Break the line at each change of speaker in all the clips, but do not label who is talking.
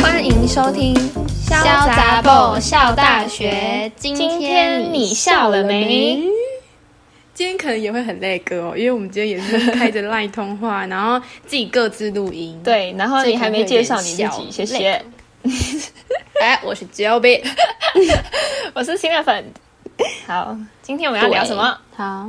欢迎收听《潇
杂
报
报笑大学今天你笑了没？
今天可能也会很累歌哦，因为我们今天也是开着 LINE 通话，然后自己各自录音。，
对，然后你还没介绍你
这
自
个有
己，谢
点小
谢。
哎，我是 j o b y
我是新的粉。好，今天我们要聊什么？
好，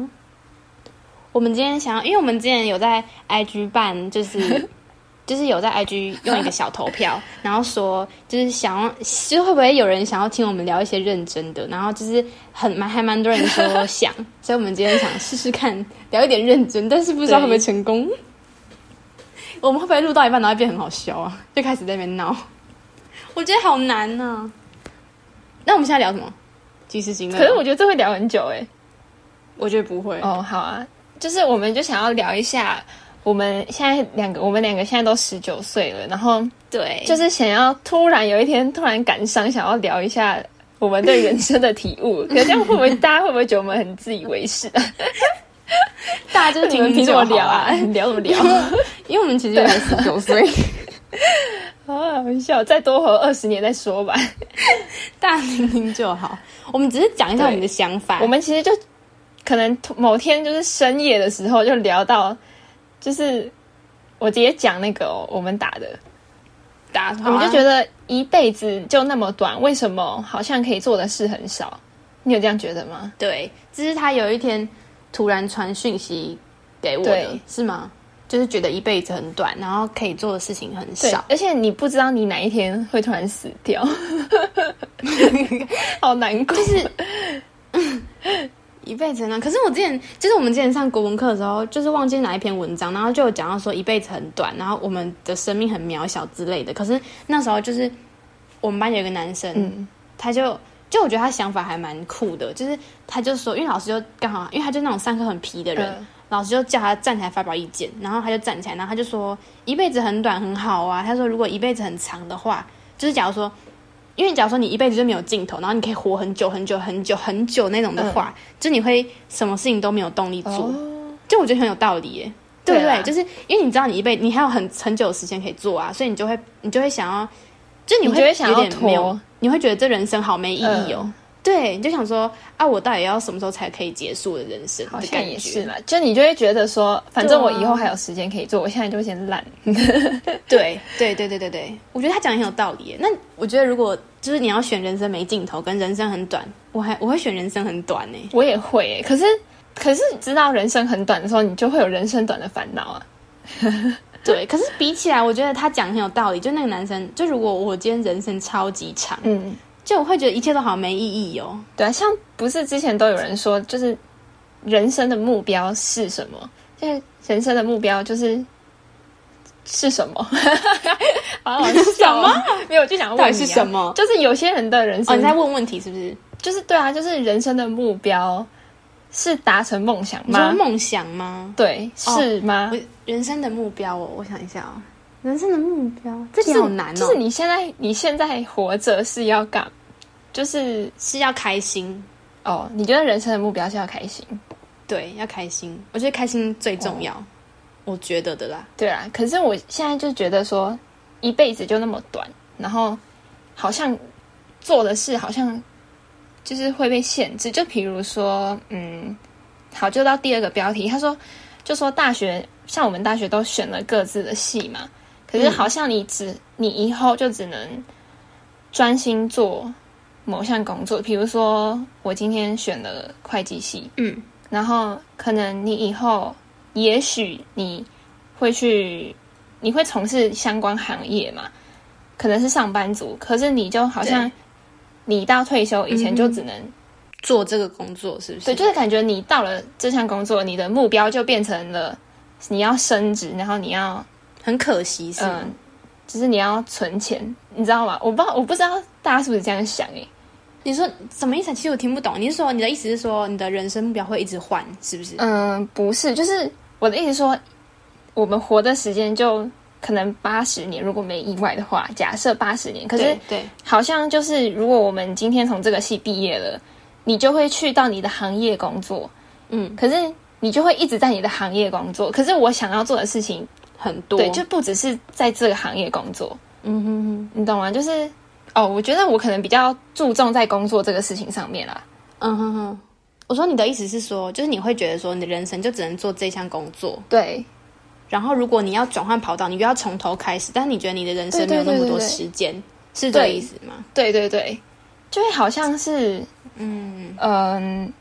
我们今天想要，因为我们之前有在 IG 办，就是 就是有在 IG 用一个小投 票，然后说就是想要，就是会不会有人想要听我们聊一些认真的，然后就是很蛮还蛮多人说想，所以我们今天想试试看聊一点认真，但是不知道会不会成功。我们会不会录到一半，然后变很好笑啊？就开始在那边闹，我觉得好难啊呢、那我们现在聊什么？即时行乐。
可是我觉得这会聊很久哎。
我觉得不会
哦，好啊，就是我们就想要聊一下，我们现在两个，我们两个现在都十九岁了，然后
对，
就是想要突然有一天突然感伤，想要聊一下我们对人生的体悟。可这样会不会大家会不会觉得我们很自以为是、啊？
大家就是
你们凭
听
什
我
么聊啊？？聊什么聊？
因为我们其实也才十九岁，
好好笑，再多活二十年再说吧。
大家听听就好。我们只是讲一下
对
我们的想法。
我们其实就可能突某天就是深夜的时候就聊到，就是我直接讲那个哦、我们打的，
打，啊
我
我
们就觉得一辈子就那么短，为什么好像可以做的事很少？你有这样觉得吗？
对，只是他有一天突然传讯息给我的
对，
是吗？就是觉得一辈子很短，然后可以做的事情很
对
少，。
而且你不知道你哪一天会突然死 掉，好难过。就是
一辈子很短。可是我之前，就是我们之前上国文课的时候，就是忘记哪一篇文章，然后就有讲到说一辈子很短，然后我们的生命很渺小之类的。可是那时候就是我们班有一个男生，
嗯，
他就就我觉得他想法还蛮酷的，就是他就说，因为老师就刚好，因为他就那种上课很皮的人，
嗯
老师就叫他站起来发表意见，然后他就站起来，然后他就说一辈子很短很好啊，他说如果一辈子很长的话，就是假如说，因为假如说你一辈子就没有尽头，然后你可以活很久很久很久很久那种的话，就你会什么事情都没有动力做，
嗯哦，
就我觉得很有道理耶，对不
对
对？
啊
就是因为你知道你一辈你还有很很久的时间可以做啊，所以你就会你就会想要，就你
你
会
就会想
有
要
点没有
拖，
你会觉得这人生好没意义哦。
嗯
对，你就想说啊，我到底要什么时候才可以结束我的人生？
好
的
像
感
也
觉
是啦。就你就会觉得说，反正我
对啊
以后还有时间可以做，我现在就先懒。
对对对对对对，我觉得他讲得很有道理耶。那我觉得如果就是你要选人生没尽头跟人生很短，我还我会选人生很短呢。
我也会耶、可是可是知道人生很短的时候，你就会有人生短的烦恼啊。
对，可是比起来，我觉得他讲得很有道理。就那个男生，就如果我今天人生超级长，
嗯，
就我会觉得一切都好没意义哦。
对啊，像不是之前都有人说，就是人生的目标是什么？就是人生的目标就是是什么？ 好好笑哦没有，我就想要问
到
你、啊、
底是什？么？
就是有些人的人
哦，
生，
你在问问题是不是？
就是对啊，就是人生的目标是达成梦想
你说
吗？啊
梦想吗？
对，
哦
是吗？
我人生的目标哦，我想一下哦，人生的目标，这
就
题
是
好难哦。
就是你现在你现在活着是要干，就是
是要开心，
哦，你觉得人生的目标是要开心？
对，要开心。我觉得开心最重要，
哦
我觉得的啦。
对啦，可是我现在就觉得说，一辈子就那么短，然后好像做的事好像就是会被限制。就比如说，嗯，好，就到第二个标题，他说，就说大学像我们大学都选了各自的系嘛，可是好
嗯
像你只、你以后就只能专心做某项工作，比如说我今天选了会计系，
嗯，
然后可能你以后也许你会去，你会从事相关行业嘛，可能是上班族，可是你就好像
对
你到退休以前就只能、
做这个工作是不是？
对，嗯就是感觉你到了这项工作，你的目标就变成了你要升职，然后你要
很可惜是
嗯、
吗？
就是你要存钱，你知道吗？我不知道，我不知道大家是不是这样想诶、欸
你说什么意思啊？其实我听不懂。你是说你的意思是说你的人生目标会一直换，是不是？
嗯，不是，就是我的意思说，我们活的时间就可能八十年，如果没意外的话，假设八十年。可是
对对
好像就是，如果我们今天从这个系毕业了，你就会去到你的行业工作，
嗯，
可是你就会一直在你的行业工作。可是我想要做的事情，
很多，
对，就不只是在这个行业工作，
嗯哼哼，
你懂吗？就是哦，我觉得我可能比较注重在工作这个事情上面啦。
嗯哼哼。我说你的意思是说，就是你会觉得说，你的人生就只能做这项工作，
对，
然后如果你要转换跑道，你就要从头开始，但是你觉得你的人生没有那么
对对对
多
对对
时间，是这个
对
意思吗？
对对对，就会好像是
嗯，
嗯、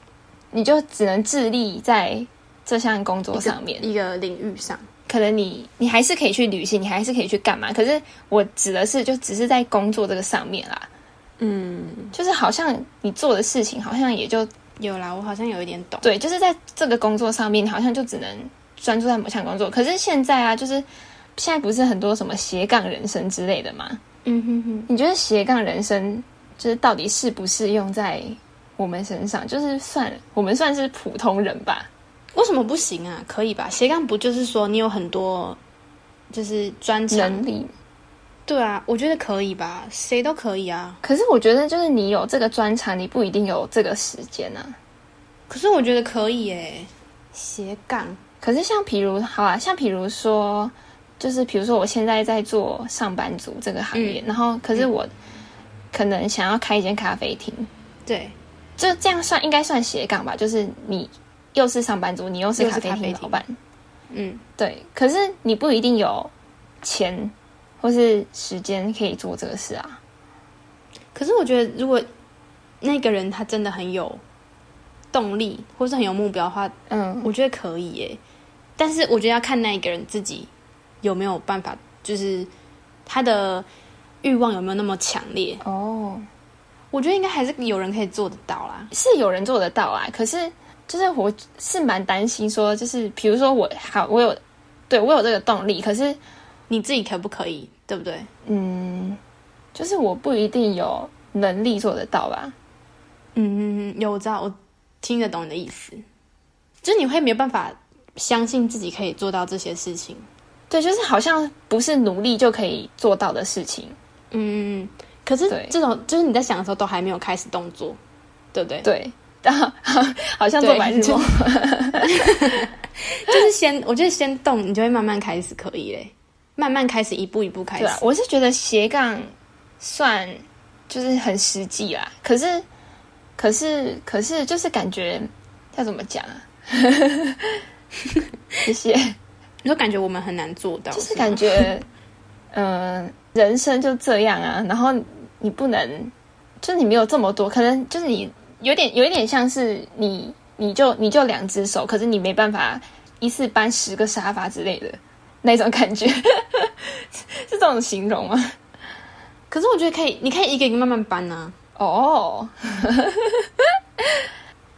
你就只能致力在这项工作上面。
一个领域上，
可能你你还是可以去旅行，你还是可以去干嘛。可是我指的是，就只是在工作这个上面啦，
嗯，
就是好像你做的事情，好像也就
有啦，我好像有一点懂，
对，就是在这个工作上面，好像就只能专注在某项工作。可是现在啊，就是现在不是很多什么斜杠人生之类的嘛？
嗯哼哼，
你觉得斜杠人生就是到底适不适用在我们身上？就是算我们算是普通人吧？
为什么不行啊？可以吧？斜杠不就是说你有很多就是专
能
长？
力。
对啊，我觉得可以吧，谁都可以啊。
可是我觉得，就是你有这个专长，你不一定有这个时间啊。
可是我觉得可以诶，斜杠，
可是像比如，好啊，像比如说，就是比如说，我现在在做上班族这个行业，然后可是我可能想要开一间咖啡厅，
对，
就这样算应该算斜杠吧？就是你又是上班族，你又是
又
咖
是
啡
咖
厅
啡
老
厅
板，
嗯，
对。可是你不一定有钱或是时间可以做这个事啊。
可是我觉得，如果那个人他真的很有动力，或是很有目标的话，
嗯，
我觉得可以耶。但是我觉得要看那一个人自己有没有办法，就是他的欲望有没有那么强烈。
哦，
我觉得应该还是有人可以做得到啦。
是有人做得到啊，可是就是我是蛮担心说，就是比如说我好，我有对我有这个动力，可是
你自己可不可以？对不对？
嗯，就是我不一定有能力做得到吧。
嗯，有我知道，我听得懂你的意思，就是你会没有办法相信自己可以做到这些事情。
对，就是好像不是努力就可以做到的事情。
嗯，可是
对
这种就是你在想的时候都还没有开始动作，对不对？
对， 然后好像做白日梦。
就是先，我觉得先动，你就会慢慢开始可以嘞，慢慢开始，一步一步开
对
始。
啊，我是觉得斜杠算就是很实际啦，可是可是可是就是感觉要怎么讲啊？ 谢谢，
你说感觉我们很难做到，
就是
吗
感觉，嗯、人生就这样啊，然后你不能，就是你没有这么多，可能就是你有点有一点像是你你就你就两只手，可是你没办法一次搬十个沙发之类的那种感觉， 是这种形容吗？
可是我觉得可以，你可以一个一个慢慢搬啊，
哦，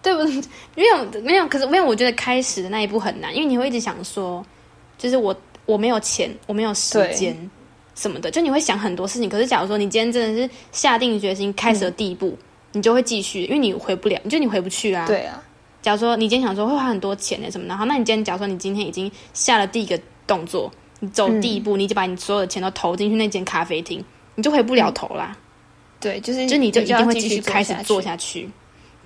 对不对？ 没有没有，可是没有，我觉得开始的那一步很难，因为你会一直想说，就是我我没有钱，我没有时间什么的，就你会想很多事情。可是假如说你今天真的是下定决心开始的第一步，你就会继续，因为你回不了，就你回不去啊。。
对啊，
假如说你今天想说会花很多钱呢欸什么的，然后那你今天假如说你今天已经下了第一个动作，你走第一步，你就把你所有的钱都投进去那间咖啡厅，你就回不了头啦，
对，就是
啊就你就一定
要
会
继
继续开始做
去。
下去。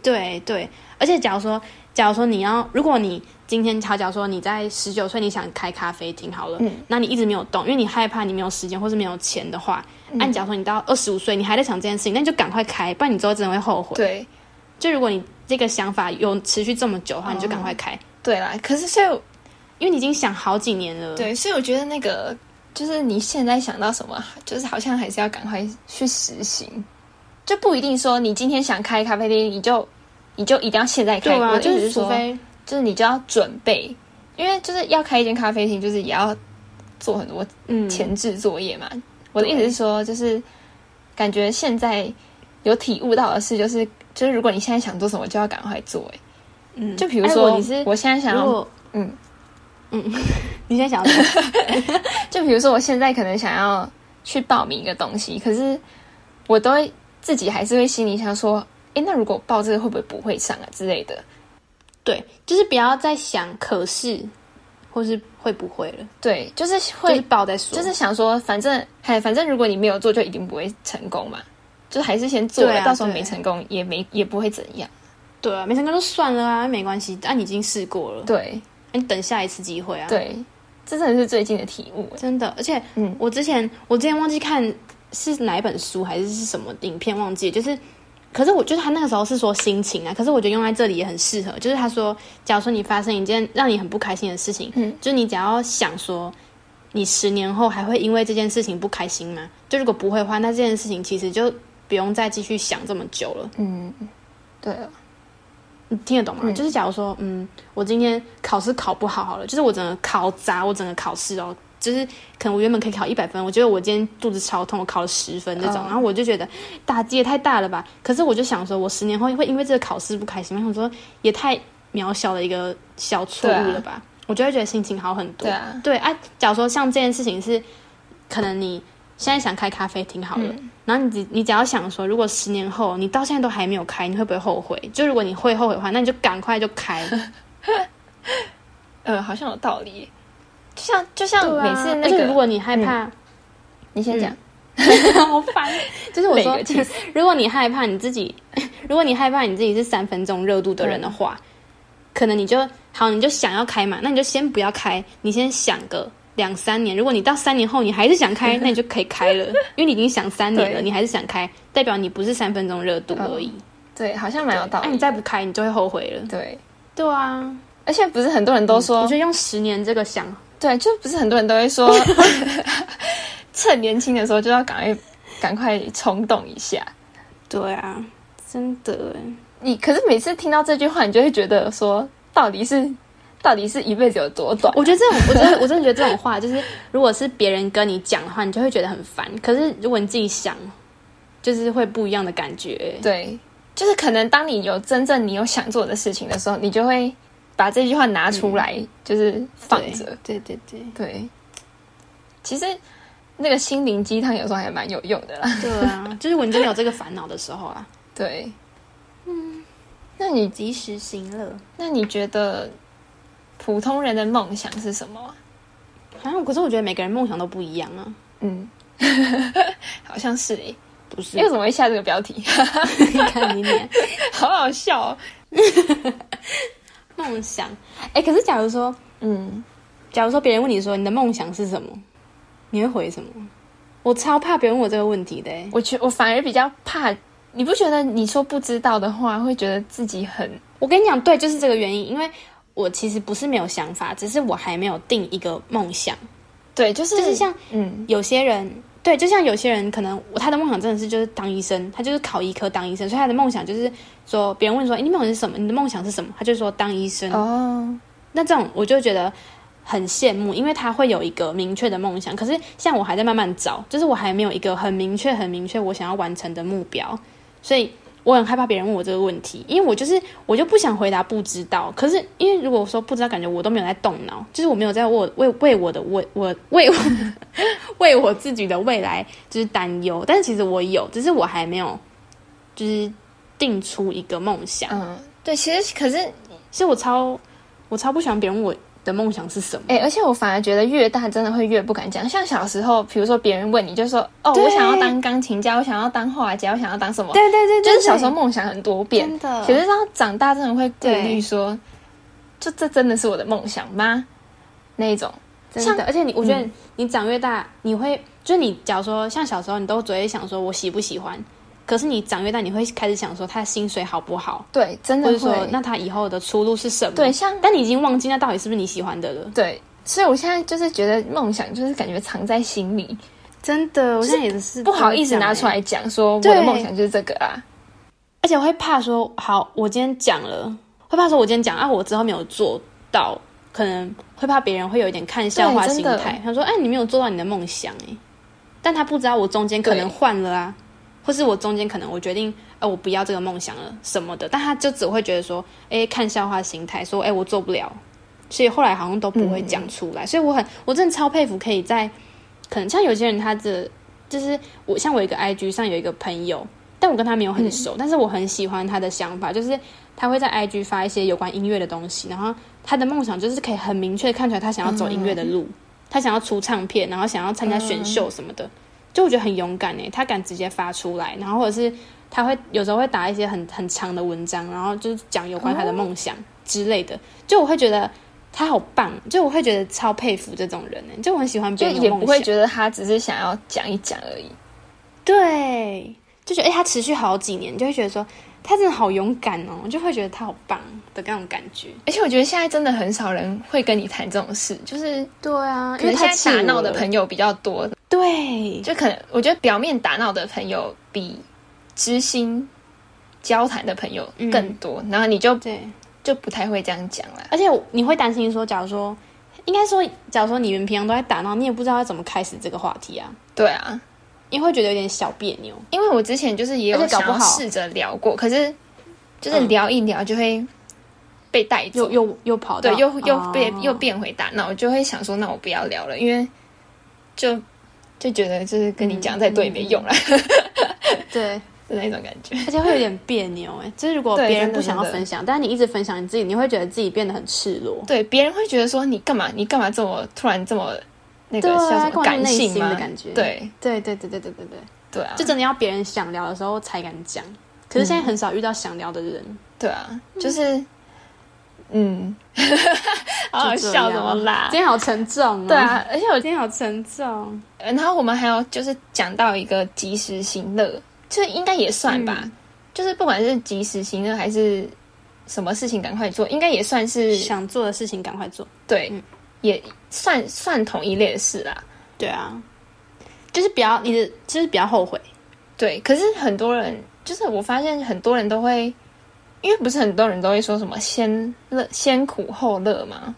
对对，而且假如说，假如说你要，如果你今天好，假如说你在十九岁你想开咖啡厅好了，
嗯
那你一直没有动，因为你害怕你没有时间或是没有钱的话，
嗯
按、假如说你到二十五岁你还在想这件事情，那你就赶快开，不然你之后真的会后悔。
对
就如果你这个想法有持续这么久的话，你就赶
哦
快开，
对啦，可是所以
因为你已经想好几年了。，
对，所以我觉得那个就是你现在想到什么，就是好像还是要赶快去实行，就不一定说你今天想开咖啡厅，你就你就一定要现在
对
开。我
啊，
的
就
意思
是
说
除，非
就是你就要准备，因为就是要开一间咖啡厅，就是也要做很多
嗯
前置作业嘛。我的意思是说，就是感觉现在有体悟到的事，就是就是如果你现在想做什么，就要赶快做、欸。
嗯，
就比如
哎
说，
你是
我现在想
如
要
果
嗯
嗯， 你现在想要什么
就比如说，我现在可能想要去报名一个东西，可是我都会自己还是会心里想说，诶，那如果报这个会不会不会上啊之类的？
对，就是不要再想可是或是会不会了，
对，就是
就
会，
是报再说，
就是想说，反正还反正如果你没有做，就一定不会成功嘛，就还是先做了，
对啊
到时候
对
没成功也没也不会怎样。
对啊，没成功就算了啊，没关系，但、你已经试过了，
对
你等下一次机会啊。，
对，这真的是最近的体悟。
真的，而且
嗯
我之前我之前忘记看是哪一本书还是是什么影片忘记了，就是，可是我就是他那个时候是说心情啊，可是我觉得用在这里也很适合，就是他说，假如说你发生一件让你很不开心的事情，
嗯，
就是你只要想说，你十年后还会因为这件事情不开心吗？就如果不会的话，那这件事情其实就不用再继续想这么久了。
嗯，对了，
你听得懂吗？
嗯
就是假如说，嗯，我今天考试考不好好了，就是我整个考砸我整个考试哦，就是可能我原本可以考一百分，我觉得我今天肚子超痛，我考了十分这种，
嗯
然后我就觉得打击也太大了吧。可是我就想说，我十年后会因为这个考试不开心吗？我想说也太渺小的一个小错误了吧，我就会觉得心情好很
啊
多。
对啊，
对啊，假如说像这件事情是，可能你现在想开咖啡厅好了，
嗯
然后你只你只要想说，如果十年后你到现在都还没有开，你会不会后悔？就如果你会后悔的话，那你就赶快就 开。
呃，好像有道理耶。就像就像每次
而
啊那
且
个，嗯
如果你害怕，
你先讲，
好烦。欸就是我说
累个气，
如果你害怕你自己， 如果你害怕你自己是三分钟热度的人的话，可能你就好，你就想要开嘛，那你就先不要开，你先想个两三年。如果你到三年后你还是想 开，那你就可以开了，因为你已经想三年了，
对
你还是想开，代表你不是三分钟热度而已。
对，啊好像蛮有道
那、
理
你
的。
再不开，你就会后悔了。
对，
对啊，
而且不是很多人都
我
说
觉，得用十年这个想，
对，就不是很多人都会 说，趁年轻的时候就要赶快赶快冲动一下。
对啊，真的欸耶。
你可是每次听到这句话，你就会觉得说，到底是到底是一辈子有多短？啊
我觉得这种，我真的我真的觉得这种话，就是如果是别人跟你讲的话，你就会觉得很烦。可是如果你自己想，就是会不一样的感觉。
对，就是可能当你有真正你有想做的事情的时候，你就会把这句话拿出来，就是放着。
对对嗯对
对，其实那个心灵鸡汤有时候还蛮有用的啦。
对啊！就是我真的有这个烦恼的时候啊，
对，嗯，那你
及时行乐。
那你觉得普通人的梦想是什么啊？
好像可是我觉得每个人梦想都不一样啊，
嗯， 好像是诶、
不是
因？为怎么会下这个标题？
你看你脸
好好笑、哦。
梦想。哎，可是假如说，
嗯，
假如说别人问你说你的梦想是什么，你会回什么？我超怕别人问我这个问题的、欸。
我觉我反而比较怕，你不觉得你说不知道的话，会觉得自己很
我跟你讲，对，就是这个原因，因为我其实不是没有想法，只是我还没有定一个梦想。
对，就是
就是像
嗯
有些人，对，就像有些人可能他的梦想真的是就是当医生，他就是考医科当医生，所以他的梦想就是说，别人问说，哎，你梦想是什么？你的梦想是什么？他就说当医生。
哦，
那这种我就觉得很羡慕，因为他会有一个明确的梦想。可是像我还在慢慢找，就是我还没有一个很明确、很明确我想要完成的目标，所以我很害怕别人问我这个问题，因为我就是我就不想回答不知道。可是因为如果说不知道，感觉我都没有在动脑，就是我没有在为为为我的为我为我为我自己的未来就是担忧。但是其实我有，只是我还没有就是定出一个梦想。
嗯，对，其实可是
其实我超我超不喜欢别人问我的梦想是什么。
哎、而且我反而觉得越大真的会越不敢讲。像小时候，比如说别人问你，就说哦，
对
我想要当钢琴家，我想要当画家，我想要当什么，
对对对对，
就是小时候
对
梦想很多变。
真的
可是当长大真的会顾
对
虑说，就这真的是我的梦想吗？那一种，
真的，
像
而且你我觉得
嗯
你长越大，你会就是你假如说像小时候，你都只会想说我喜不喜欢，可是你长越大，你会开始想说他的薪水好不好，
对，真
或
的
者
会。
说那他以后的出路是什么？
对，，像
但你已经忘记那到底是不是你喜欢的了。
对，所以我现在就是觉得梦想就是感觉藏在心里，
真的，我现在也是
不好意思拿出
欸
来讲，说我的
对
梦想就是这个啊。
而且我会怕说，好，我今天讲了，会怕说我今天讲啊，我之后没有做到，可能会怕别人会有一点看笑话
对
心
真的
态。他说，哎，你没有做到你的梦想，哎，但他不知道我中间可能
对
换了啊，或是我中间可能我决定，呃，我不要这个梦想了什么的，但他就只会觉得说，哎，看笑话心态，说，哎，我做不了，所以后来好像都不会讲出来。所以我很，我真的超佩服，可以在可能像有些人他的，就是我像我有一个 IG 上有一个朋友，但我跟他没有
嗯
很熟，但是我很喜欢他的想法，就是他会在 IG 发一些有关音乐的东西，然后他的梦想就是可以
嗯
很
嗯
明确地看出来他想要走音乐的路，他想要出唱片，然后想要参加选秀什么的。就我觉得很勇敢欸诶，他敢直接发出来，然后或者是他会有时候会打一些很很长的文章，然后就是讲有关他的梦想之类的，就我会觉得他好棒，就我会觉得超佩服这种人欸诶，就我很喜欢
就
别人有
也
梦
不会
想
觉得他只是想要讲一讲而已。
对，就觉得哎、诶他持续好几年，就会觉得说他真的好勇敢哦，就会觉得他好棒的那种感觉。
而且我觉得现在真的很少人会跟你谈这种事，就是
对啊，
可能现在打闹的朋
友，
友比较多，
对，
就可能我觉得表面打闹的朋友比知心交谈的朋友
嗯
更多，然后你就
对，
就不太会这样讲了。
而且你会担心说，假如说，应该说，假如说你们平常都在打闹，你也不知道要怎么开始这个话题啊，
对啊，
因为会觉得有点小别扭。
因为我之前就是也有
而且搞
想
不
要
好
试着聊过，可是就是
嗯
聊一聊就会被带走
又，又又跑到
对，又又被、
哦
又变回打闹，我就会想说，那我不要聊了，因为就就觉得就是跟你讲再多也没
嗯
用了、
对，
的那种感觉。
而且会有点别扭哎，就是如果
对
别人
真的
不想要
真的
分享，但是你一直分享你自己，你会觉得自己变得很赤裸。
对，别人会觉得说你干嘛，你干嘛这么突然这么那个
对啊
叫什
干嘛
么
那么
感
内
性
心
吗
的感觉
对
对对对对对对对，
对啊，
就真的要别人想聊的时候才敢讲。可是现在很少遇到想聊的人，
对啊，就是 嗯，好好
就这
笑，
样
怎么啦？
今天好沉重、哦。
对啊，，而且我
今天好沉重。
呃然后我们还有就是讲到一个及时行乐，这应该也算吧，
嗯
就是不管是及时行乐还是什么事情赶快做，应该也算是
想做的事情赶快做。
对，
嗯
也算算同一类的事啦。
对啊，就是比较你的，就是比较后悔。
对，可是很多人就是我发现很多人都会，因为不是很多人都会说什么先乐先苦后乐嘛，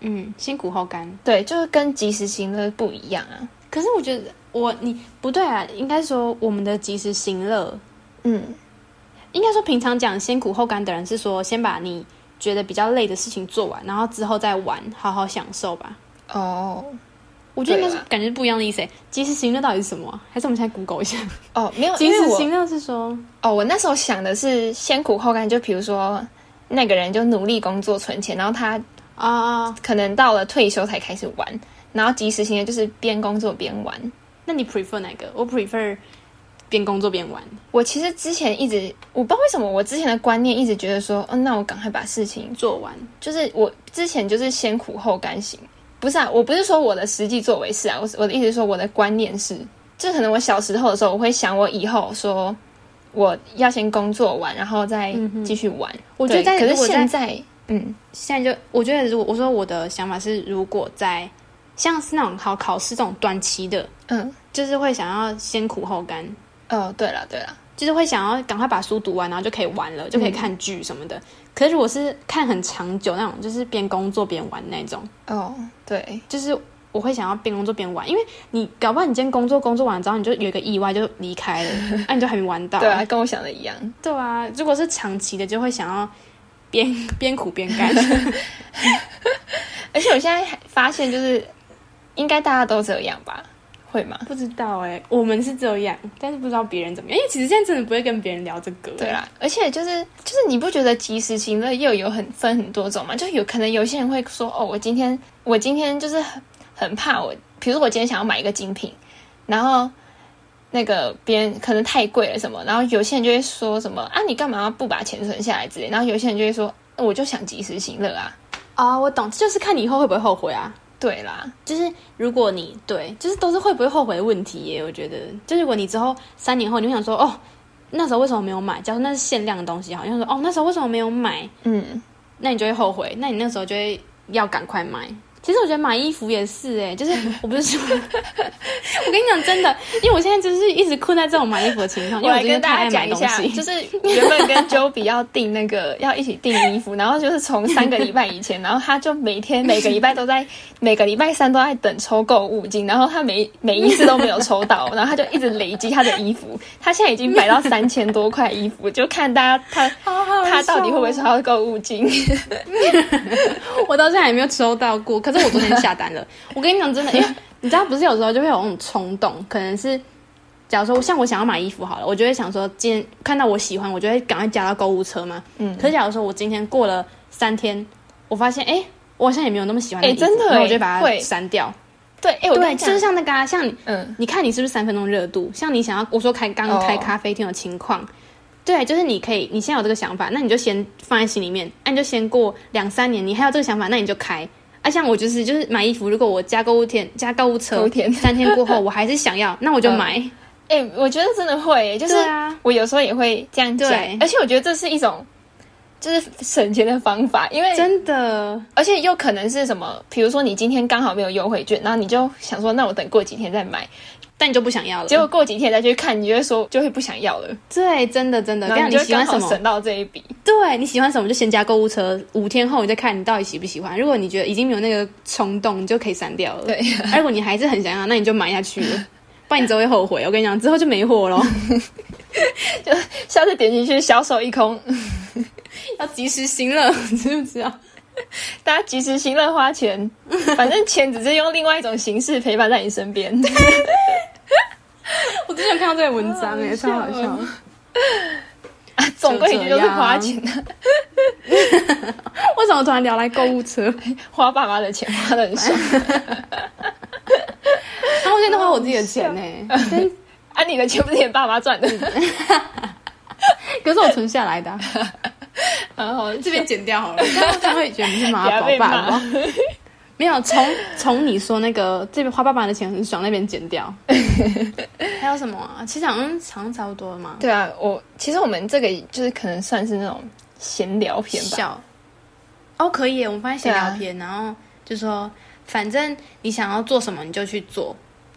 嗯，先苦后甘。
对，就是跟及时行乐不一样啊。
可是我觉得我你不对啊，应该说我们的及时行乐，
嗯，
应该说平常讲先苦后甘的人是说先把你觉得比较累的事情做完，然后之后再玩，好好享受吧。
哦
我觉得应该
对啊
是
啦
感觉不一样的意思欸。及时行乐到底是什么啊、还是我们现在 Google 一下？
哦，没有，
及
因为
时
我
行乐是说，
哦，我那时候想的是先苦后甘，就比如说那个人就努力工作存钱，然后他
啊啊、啊
可能到了退休才开始玩，然后及时行乐就是边工作边玩。
那你 prefer 哪个？我 prefer 边工作边玩。
我其实之前一直我不知道为什么，我之前的观念一直觉得说，嗯、那我赶快把事情
做完，
就是我之前就是先苦后甘心，不是啊，我不是说我的实际作为是啊，我是我的意思是说我的观念是，就可能我小时候的时候，我会想我以后说我要先工作完，然后再
嗯哼
继续玩。
我觉得在
对可
如
是
果在
现在，嗯，
现在就我觉得，如果我说我的想法是，如果在像是那种考考试这种短期的，
嗯，
就是会想要先苦后甘，
哦，对了对了，
就是会想要赶快把书读完，然后就可以玩了，就可以看剧什么的。可是如果是看很长久那种，就是边工作边玩那种，
哦，对，
就是我会想要边工作边玩，因为你搞不好你今天工作工作完之后，你就有一个意外就离开 了，那、你就还没玩到。
对啊，跟我想的一样，
对啊，如果是长期的，就会想要边 边苦边 甘。
而且我现在还发现就是应该大家都这样吧，会吗？
不知道哎、我们是这样，但是不知道别人怎么样。因为其实现在真的不会跟别人聊这个、欸
对，啦，而且就是就是你不觉得及时行乐又有很分很多种吗？就有可能有些人会说，哦，我今天我今天就是很很怕我，比如说我今天想要买一个精品，然后那个别人可能太贵了什么，然后有些人就会说什么啊，你干嘛不把钱存下来之类，然后有些人就会说，呃我就想及时行乐啊，
啊、我懂，这就是看你以后会不会后悔啊。
对啦，
就是如果你对，就是都是会不会后悔的问题耶。我觉得，就如果你之后三年后，你会想说，哦，那时候为什么没有买？假如那是限量的东西，好像说，哦，那时候为什么没有买？
嗯，
那你就会后悔，那你那时候就会要赶快买。其实我觉得买衣服也是哎、就是我不是说，我跟你讲真的，因为我现在就是一直困在这种买衣服的情况，因
我
为我
来
真的
跟大
太
家讲
爱买
一
东
下，
西，
就是原本跟 Joey 要订那个要一起订衣服，然后就是从三个礼拜以前，然后他就每天每个礼拜都在每个礼拜三都在等抽购物金，然后他每每一次都没有抽到，然后他就一直累积他的衣服，他现在已经买到三千多块衣服，就看大家他他到
哦
底会不会抽到购物金。
我到现在还没有收到过，可是我昨天下单了。我跟你讲真的，因为你知道，不是有时候就会有那种冲动，可能是假如说像我想要买衣服好了，我就会想说今天看到我喜欢，我就会赶快加到购物车嘛。嗯。可是假如说我今天过了三天，我发现哎、诶我好像也没有那么喜欢那
诶
衣服，
真的
那我
诶
就把它
会
删掉。
对，哎、我跟
对，
你
就
讲，
是像那个、啊，像你，
嗯，
你看你是不是三分钟热度？像你想要，我说开刚
哦
开咖啡厅的情况对，就是你可以，你现在有这个想法，那你就先放在心里面，啊那、你就先过两三年，你还有这个想法，那你就开。啊，像我就是就是买衣服，如果我加购物天加购物
购
车
物天
三天过后，我还是想要，那我就
嗯
买。
哎、我觉得真的会、就是
对啊，
我有时候也会这样讲
对，
而且我觉得这是一种就是省钱的方法，因为
真的，
而且又可能是什么，比如说你今天刚好没有优惠券，然后你就想说，那我等过几天再买，
但你就不想要了。
结果过几天再去看，你就会说就会不想要了，
对，真的真的，
然
这
后
样
你就
呃
会
你喜欢
刚
什
好
么？
省到这一笔。
对你喜欢什么就先加购物车，五天后你再看你到底喜不喜欢。如果你觉得已经没有那个冲动，你就可以删掉了。
对，
啊如果你还是很想要，那你就买下去了，不然你只会后悔。我跟你讲，之后就没货了，
下次点进去销售一空，
要及时行乐，知不知啊道？
大家及时行乐花钱，反正钱只是用另外一种形式陪伴在你身边。
我之前看到这个文章、哎，超好
好
笑
笑。总归一句就是花钱，
为什么突然聊来购物 车？
花爸妈的钱花的很 爽。
然啊后我现在都花我自己的钱呢、哎真
啊，你的钱不是你爸妈赚的，
嗯可是我存下来的啊、
然后
这边剪掉好了，他会觉得你是 妈
不要
宝
被
爸
骂
宝。没有，从从你说那个这边花爸爸的钱很爽那边剪 掉，还有什么啊？其实好像好像差不多嘛。
对啊，我其实我们这个就是可能算是那种闲聊片吧。
小哦，可以耶，我们发现闲
对啊
聊篇，然后就说，反正你想要做什么你就去做。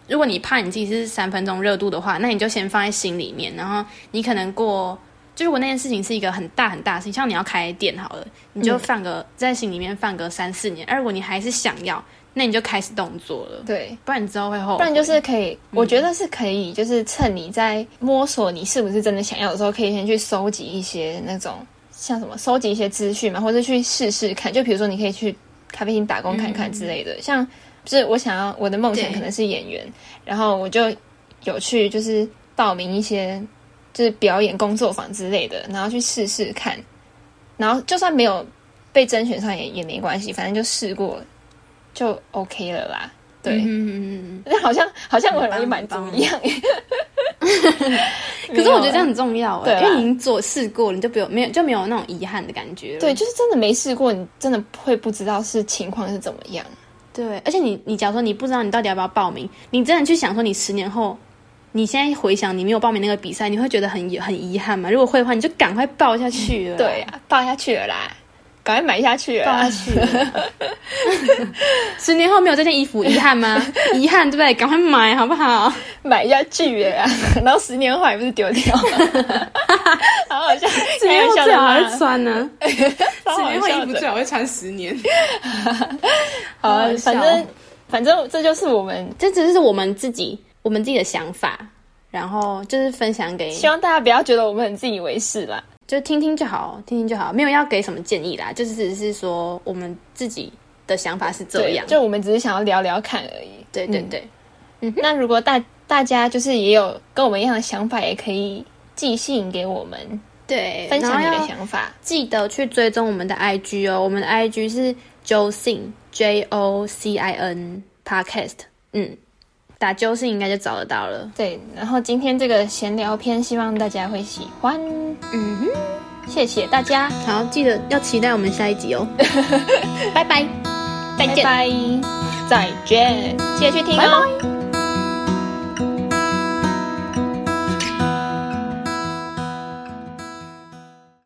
如果你怕你自己是三分钟热度的话，那你就先放在心里面，然后你可能过，就如果那件事情是一个很大很大的事情，像你要开店好了，你就
嗯
放个、在心里面放个三四年。而如果你还是想要，那你就开始动作了，
对，
不然你之后会后悔。
不然就是可以，我觉得是可以，就是趁你在摸索你是不是真的想要的时候，可以先去收集一些那种像什么收集一些资讯嘛，或者去试试看。就比如说，你可以去咖啡厅打工看看之类的。像就是我想要我的梦想
对
可能是演员，然后我就有去就是报名一些就是表演工作坊之类的，然后去试试看。然后就算没有被甄选上也也没关系，反正就试过就 OK 了啦。对，
嗯嗯嗯嗯
但 好像好像我很容易满足一样。
嗯。可是我觉得这样很重要
对
哎，
啊
因为你已经做试过，你就不有没有就没有那种遗憾的感觉了。
啊对，就是真的没试过，你真的会不知道是情况是怎么样。
对，而且你你假如说你不知道你到底要不要报名，你真的去想说你十年后，你现在回想你没有报名那个比赛，你会觉得很遗很遗憾吗？如果会的话，你就赶快报下去了。
对，啊，报下去了啦，赶快买下去了
报下
啦。
去了。十年后没有这件衣服，遗憾 吗？遗憾，对不对？赶快买好不好？
买下去了啦， 然后十年后还不是丢掉？ 好好笑，
十年
开玩
后
笑
最
的
好啊还
啦
是，穿呢、
超
哎十
好
年后
笑
衣服
的
最好会穿十年。
好啊
好好，笑
反正反正这就是我们，
这只是我们自己我们自己的想法，然后就是分享给
希望大家不要觉得我们很自以为是啦。
就听听就好，听听就好，没有要给什么建议啦，就是只是说我们自己的想法是这
对
样。
就我们只是想要聊聊看而已。
对对对，
那如果大大家就是也有跟我们一样的想法，也可以寄信给我们，
对
分享你
然后
的
要
想法。
记得去追踪我们的 IG 哦，我们的 IG 是 Jocin J O C I N Podcast，嗯，打 Jocin 应该就找得到了。
对，然后今天这个闲聊篇，希望大家会喜欢，
嗯哼，
谢谢大 家，
好，记得要期待我们下一集哦，拜拜，再
拜
见。
拜，再见，记得去听哦，
拜拜